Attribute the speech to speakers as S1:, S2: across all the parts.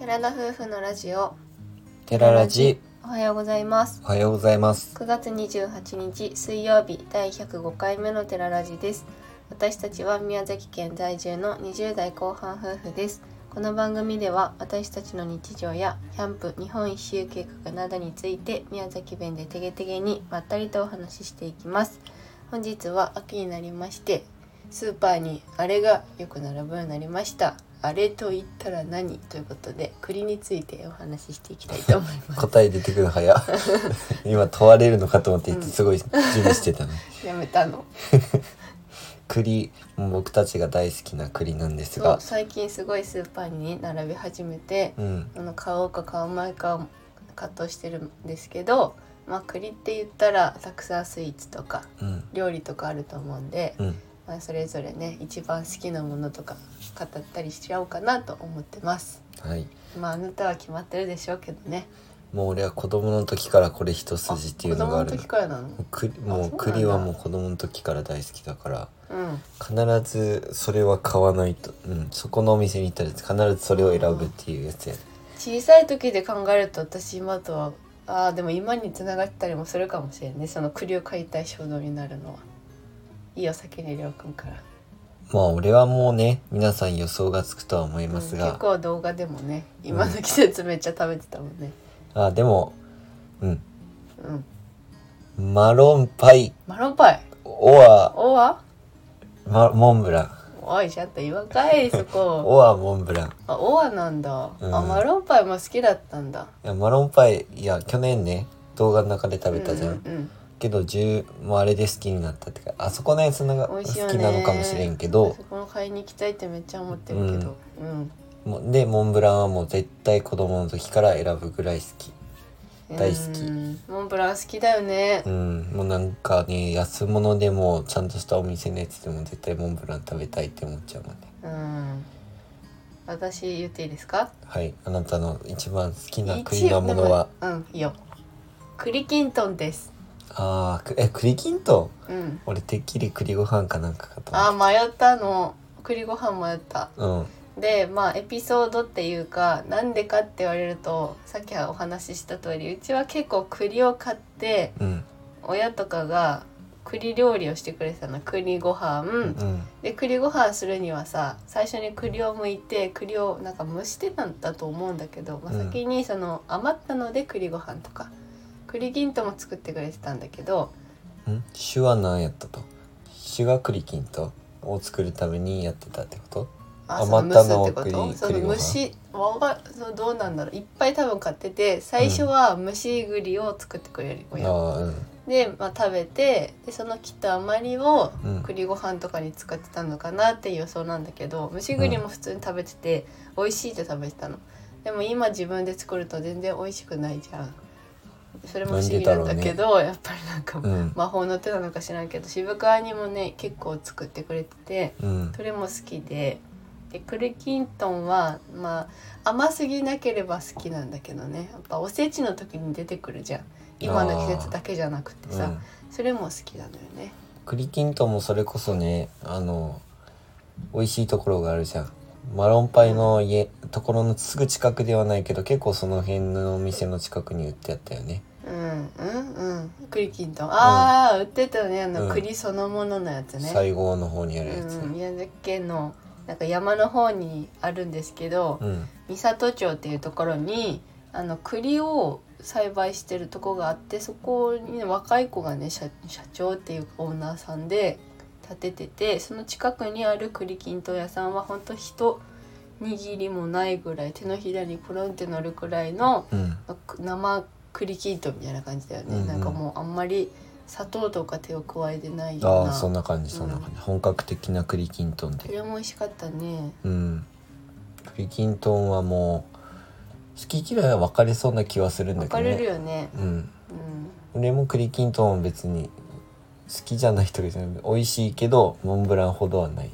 S1: 田夫婦のラジオ
S2: テララジ、
S1: おはようございます
S2: おはようございます。
S1: 9月28日水曜日第105回目のテララジです私たちは宮崎県在住の20代後半夫婦ですこの番組では私たちの日常やキャンプ日本一周計画などについて宮崎弁でてげてげにまったりとお話ししていきます本日は秋になりましてスーパーにあれがよく並ぶようになりましたあれと言ったら何ということで栗についてお話ししていきたいと思います
S2: 答え出てくるの早。 今問われるのかと思って、すごい準備してたの。
S1: やめたの
S2: 栗、もう僕たちが大好きな栗なんです
S1: そう
S2: が、
S1: 最近すごいスーパーに並び始めて、
S2: うん、
S1: あの買おうか買うまいか葛藤してるんですけど、まあ、栗って言ったらたくさんスイーツとか
S2: うん、
S1: 料理とかあると思うんで、
S2: うん。
S1: まあ、それぞれね一番好きなものとか語ったりしちゃおうかなと思ってます。
S2: はい。
S1: まあ、あなたは決まってるでしょうけどね。
S2: もう俺は子供の時からこれ一筋っていうのがあ
S1: 子供の
S2: る
S1: 時からなの。
S2: の。栗
S1: あそう
S2: も
S1: なん
S2: う
S1: だ
S2: 栗はもう子供の時から大好きだから
S1: うん。
S2: 必ずそれは買わないと、うん、そこのお店に行ったら必ずそれを選ぶっていうやつや、
S1: 小さい時で考えると私今とはあーでも今に繋がったりもするかもしれんねその栗を買いたい衝動になるのはいいよ先にりょうくんから、
S2: まあ俺はもうね皆さん予想がつくとは思い
S1: うん
S2: ます
S1: 結
S2: が、
S1: 構動画でもね今の季節めっちゃ食べてたもんね
S2: あでもうん
S1: うん
S2: マロンパイ
S1: マロンパイ
S2: オア
S1: おわ
S2: まモンブラン
S1: おいちゃんと言わんかいそ こ
S2: オアモンブラン
S1: あおわなんだ、
S2: うん
S1: あマロンパイも好きだったんだ
S2: いやマロンパイいや去年ね動画の中で食べたじゃん、
S1: うんうん
S2: けど10もうあれで好きになったってかあそこのやつのが
S1: 美
S2: 好
S1: 味しいよね
S2: きなのかもしれんけ
S1: うん、
S2: ど
S1: そこも買いに行きたいってめっちゃ思ってるけどうん、
S2: もうでモンブランはもう絶対子供の時から選ぶぐらい好き大好き
S1: うんモンブラン好きだよね
S2: うんもうなんかね安物でもちゃんとしたお店のやつでも絶対モンブラン食べたいって思っちゃうもんね
S1: うん。私言っていいですか？
S2: はいあなたの一番好きな栗のものは
S1: 一応でもうん、いいよ。栗きんとんです。
S2: あーくえ栗きんとん
S1: うん。
S2: 俺てっきり栗ご飯かなんかかと思
S1: あ、迷ったの。栗ご飯迷った。
S2: うん
S1: で、まあエピソードっていうか、なんでかって言われると、さっきお話しした通り、うちは結構栗を買って
S2: うん
S1: 親とかが栗料理をしてくれてたの。栗ご飯。
S2: うん
S1: で栗ご飯するにはさ最初に栗を剥いて栗をなんか蒸してたんだと思うんだけど、まあ、
S2: うん
S1: 先にその余ったので栗ご飯とか栗きんとんも作ってくれてたんだけど
S2: ん手話なんやったと手話栗きんとんを作るためにやってたってこと
S1: あ
S2: 余ったのを
S1: その蒸すってこと
S2: 栗
S1: その
S2: 栗ご飯
S1: 蒸しわかそのどうなんだろういっぱい多分買ってて最初は蒸し栗を作ってくれる
S2: あ
S1: 親、
S2: あうん
S1: で、まあ、食べてでその切った余りを
S2: うん
S1: 栗ご飯とかに使ってたのかなっていう予想なんだけど蒸し栗も普通に食べてて、美味しいって食べてたのでも今自分で作ると全然美味しくないじゃんそれも不思議なんだけどやっぱりなんか
S2: うん
S1: 魔法の手なのか知らんけど渋川にもね結構作ってくれてて
S2: うん
S1: それも好きでで栗きんとんはまあ甘すぎなければ好きなんだけどねやっぱおせちの時に出てくるじゃん今の季節だけじゃなくて
S2: う
S1: さ、
S2: ん
S1: それも好きなのよね
S2: 栗きんとんもそれこそねあの美味しいところがあるじゃんマロンパイの家ところのすぐ近くではないけど結構その辺のお店の近くに売ってあったよね
S1: うんうんうん栗きんとんああ、売ってたねあの、
S2: うん
S1: 栗そのもののやつね
S2: 西郷の方にあるやつ
S1: うん、宮崎県のなんか山の方にあるんですけど、
S2: うん
S1: 三郷町っていうところにあの栗を栽培してるとこがあってそこにね若い子がね社社長っていうかオーナーさんで建てててその近くにある栗きんとん屋さんはほんと人握りもないぐらい手のひらにコロンって乗るくらいの
S2: うん
S1: 生栗きんとんみたいな感じだよね、
S2: うんうん
S1: なんかもうあんまり砂糖とか手を加えてないよう
S2: ああ
S1: な
S2: そんな感じそんな感じ、本格的な栗きんとんで
S1: それも美味しかったね
S2: うん。栗きんとんはもう好き嫌いは分かれそうな気はするんだ
S1: 分
S2: けど
S1: か
S2: ね。
S1: れるよね
S2: うん。
S1: うん
S2: 俺も栗きんとんは別に好きじゃない人じゃない。美味しいけどモンブランほどはない。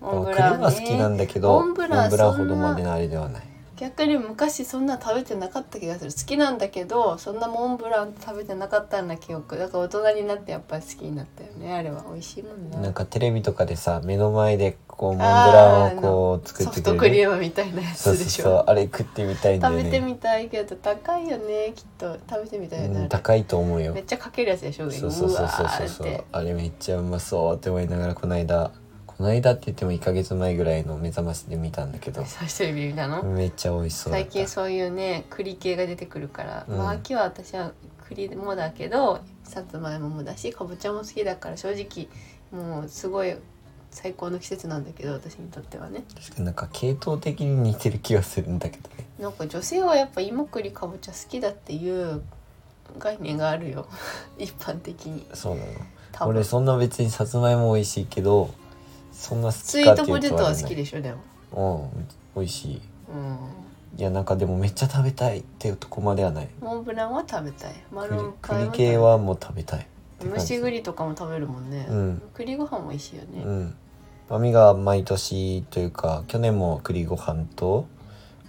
S1: モンブ
S2: 栗
S1: ラン
S2: は
S1: ね
S2: 好きなんだけど
S1: モ
S2: モ
S1: ン
S2: ン
S1: ブ
S2: ブ
S1: ラン
S2: ラン
S1: そ
S2: ほ
S1: んな
S2: どまでのあれではない。
S1: 逆に昔そんな食べてなかった気がする好きなんだけどそんなモンブラン食べてなかったような記憶だから大人になってやっぱり好きになったよねあれは美味しいもん
S2: な
S1: なん
S2: かテレビとかでさ目の前でこうモンブランをこう作
S1: ソ
S2: って
S1: フ
S2: く
S1: ト
S2: れる
S1: クリームみたいなや
S2: そう
S1: つで
S2: そう
S1: し
S2: そう
S1: ょ
S2: あれ食ってみたいんだよ
S1: 食
S2: ね
S1: べてみたいけど高いよねきっと食べてみたいよねあ
S2: うん
S1: れ
S2: 高いと思うよ
S1: めっちゃかけるやつでしょ
S2: そうそうそうそうそうそう
S1: うわーって
S2: あれめっちゃうまそうって思いながらこの間この間って言っても1ヶ月前ぐらいの目覚ましで見たんだけど
S1: 久しぶりなの、
S2: めっちゃ美味しそうだっ
S1: 最
S2: た
S1: 近そういうね栗系が出てくるから、
S2: うん
S1: まあ秋は私は栗もだけどさつまいももだしかぼちゃも好きだから正直もうすごい最高の季節なんだけど私にとってはね
S2: 確かになんか系統的に似てる気がするんだけどね
S1: なんか女性はやっぱ芋栗かぼちゃ好きだっていう概念があるよ 一般的に
S2: そうなの
S1: 多
S2: 俺
S1: 分
S2: そんな別にさつまいも美味しいけどそんな好
S1: スイ
S2: きか
S1: ー
S2: って
S1: ト
S2: いう
S1: ポテ
S2: と
S1: ト
S2: あ
S1: は
S2: れ
S1: 好
S2: な
S1: き
S2: い
S1: でしょでも
S2: うん美味しい
S1: う
S2: いやなんかでもめっちゃ食べたいっていうとこまではない
S1: んモンブランは食べたいマロ
S2: 栗
S1: ンパイも
S2: 栗
S1: 食べ
S2: 系
S1: た
S2: はもう食べたい
S1: い蒸し栗とかも食べるもんね、
S2: うん
S1: 栗ご飯も美味しいよね、
S2: うんマミが毎年というか去年も栗ご飯と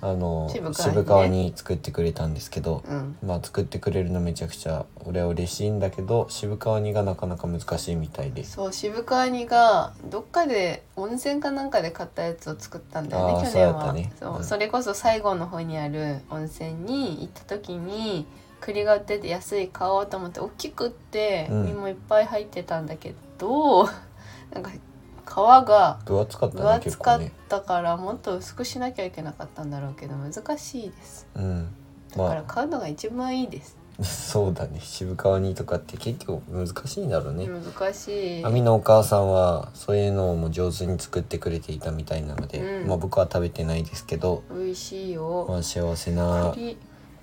S2: あの
S1: 渋
S2: 渋
S1: 川にね
S2: 川に作ってくれたんですけど、
S1: うん、
S2: まあ作ってくれるのめちゃくちゃ俺は嬉しいんだけど渋川にがなかなか難しいみたいです
S1: そう渋川にがどっかで温泉かなんかで買ったやつを作ったんだよ
S2: あ
S1: ね去
S2: ー
S1: 年
S2: そうやった
S1: は
S2: ね
S1: そう
S2: うん
S1: それこそ西郷の方にある温泉に行った時に栗が売ってて安い買おうと思って大きくって
S2: うん
S1: 実もいっぱい入ってたんだけど、 なんか皮が
S2: 分厚かった
S1: 分
S2: ね
S1: 厚
S2: 結
S1: か
S2: 構
S1: っ
S2: ね
S1: たからもっと薄くしなきゃいけなかったんだろうけど難しいです
S2: うん
S1: だから
S2: ま
S1: 買うのが一番いいです、
S2: あ そうだね渋川にとかって結構難しいんだろうね
S1: 難しい
S2: 亜美のお母さんはそういうのも上手に作ってくれていたみたいなので、
S1: うん
S2: まあ僕は食べてないですけど、
S1: 美味しいよ、
S2: まあ、幸せな、
S1: 栗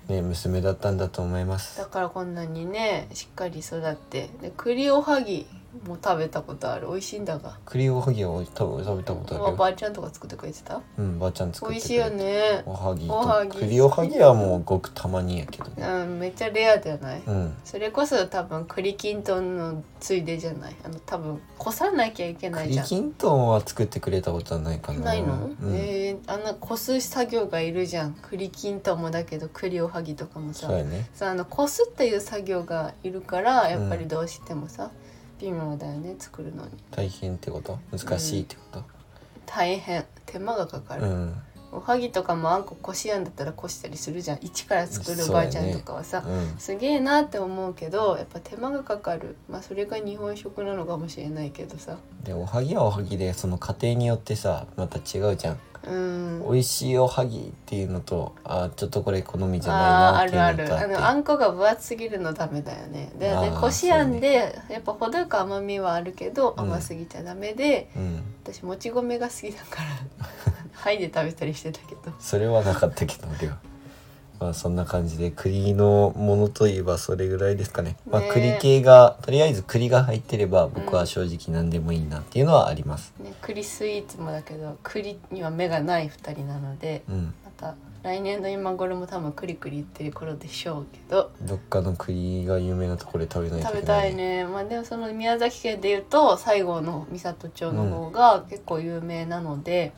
S2: ね、娘だったんだと思います
S1: だからこんなにねしっかり育ってで栗おはぎも食べたことある美味しいんだが
S2: 栗おはぎを食べ食べたことある
S1: お
S2: よ
S1: ばあちゃんとか作ってくれてた
S2: うんばあちゃん作っ
S1: 美味
S2: てく
S1: しい
S2: れ
S1: よ
S2: た
S1: ね
S2: おはぎ
S1: おはぎ
S2: と栗おはぎはもうごくたまにやけどね
S1: うんめっちゃレアじゃない、
S2: うん
S1: それこそ多分栗きんとんのついでじゃないあの多分こさなきゃいけないじ
S2: 栗
S1: ゃん
S2: きんとんは作ってくれたことはないかな
S1: ないの、
S2: うん
S1: えーあんなこす作業がいるじゃん栗きんとんもだけど栗おはぎとかもさ
S2: そうやね
S1: さあのこすっていう作業がいるからやっぱりどうしてもさ、微妙だよね作るのに
S2: 大変ってこと難しいってこ
S1: 大変手間がかか
S2: と
S1: る、
S2: うん
S1: おはぎとかもあんここしあんだったらこしたりするじゃん一から作るおばあちゃんとかはさ、
S2: うん
S1: すげえなって思うけどやっぱ手間がかかるまあそれが日本食なのかもしれないけどさ
S2: でおはぎはおはぎでその家庭によってさまた違うじゃん
S1: うん
S2: 美味しいおはぎっていうのとあーちょっとこれ好みじゃ
S1: あー
S2: な
S1: あ
S2: い
S1: る
S2: な
S1: あ
S2: っていうの
S1: る
S2: と
S1: あ
S2: って
S1: のあんこが分厚すぎるのダメだよねで
S2: あー
S1: でこしあんでやっぱ程よく甘みはあるけど
S2: うん
S1: 甘すぎちゃダメで、
S2: うん
S1: 私もち米が好きだから はいで食べたりしてたけど
S2: それはなかったけど俺は。まあそんな感じで栗のものといえばそれぐらいですかね。まあ
S1: ね
S2: 栗系がとりあえず栗が入ってれば僕は正直何でもいいなっていうのはあります。
S1: ね、栗スイーツもだけど栗には目がない2人なので
S2: うん。
S1: また来年の今頃も多分クリクリ言ってる頃でしょうけど
S2: どっかの栗が有名なところで食べないとい
S1: 食べ
S2: けな
S1: た
S2: い。
S1: い。ねまあでもその宮崎県でいうと西郷の三郷町の方が結構有名なので、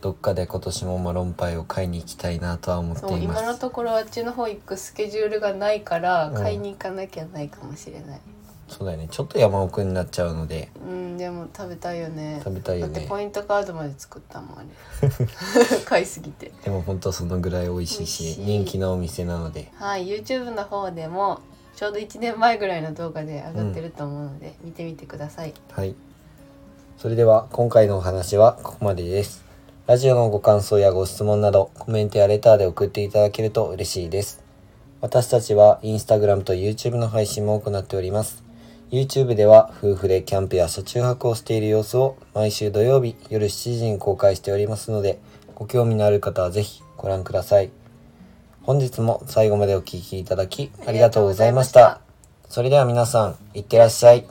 S2: どっかで今年もマロンパイを買いに行きたいなとは思って
S1: そう
S2: いま
S1: 今の
S2: す。
S1: ところあっちの方行くスケジュールがないから
S2: うん
S1: 買いに行かなきゃないかもしれない、
S2: そうだよね。ちょっと山奥になっちゃうので
S1: うん、でも食べたいよね
S2: 食べたいよ
S1: だって
S2: ね。
S1: ポイントカードまで作ったもんあれ 買いすぎて
S2: でも本当そのぐらい美味しい
S1: 美
S2: し
S1: 味しい
S2: 人気なお店なので
S1: はい YouTube の方でもちょうど1年前ぐらいの動画で上がってると思うので、見てみてください
S2: はい。それでは今回のお話はここまでです。ラジオのご感想やご質問などコメントやレターで送っていただけると嬉しいです。私たちはインスタグラムと YouTube の配信も行っております。YouTube では夫婦でキャンプや車中泊をしている様子を毎週土曜日夜7時に公開しておりますのでご興味のある方はぜひご覧ください。本日も最後までお聴きいただきありがとうございました。それでは皆さん、いってらっしゃい。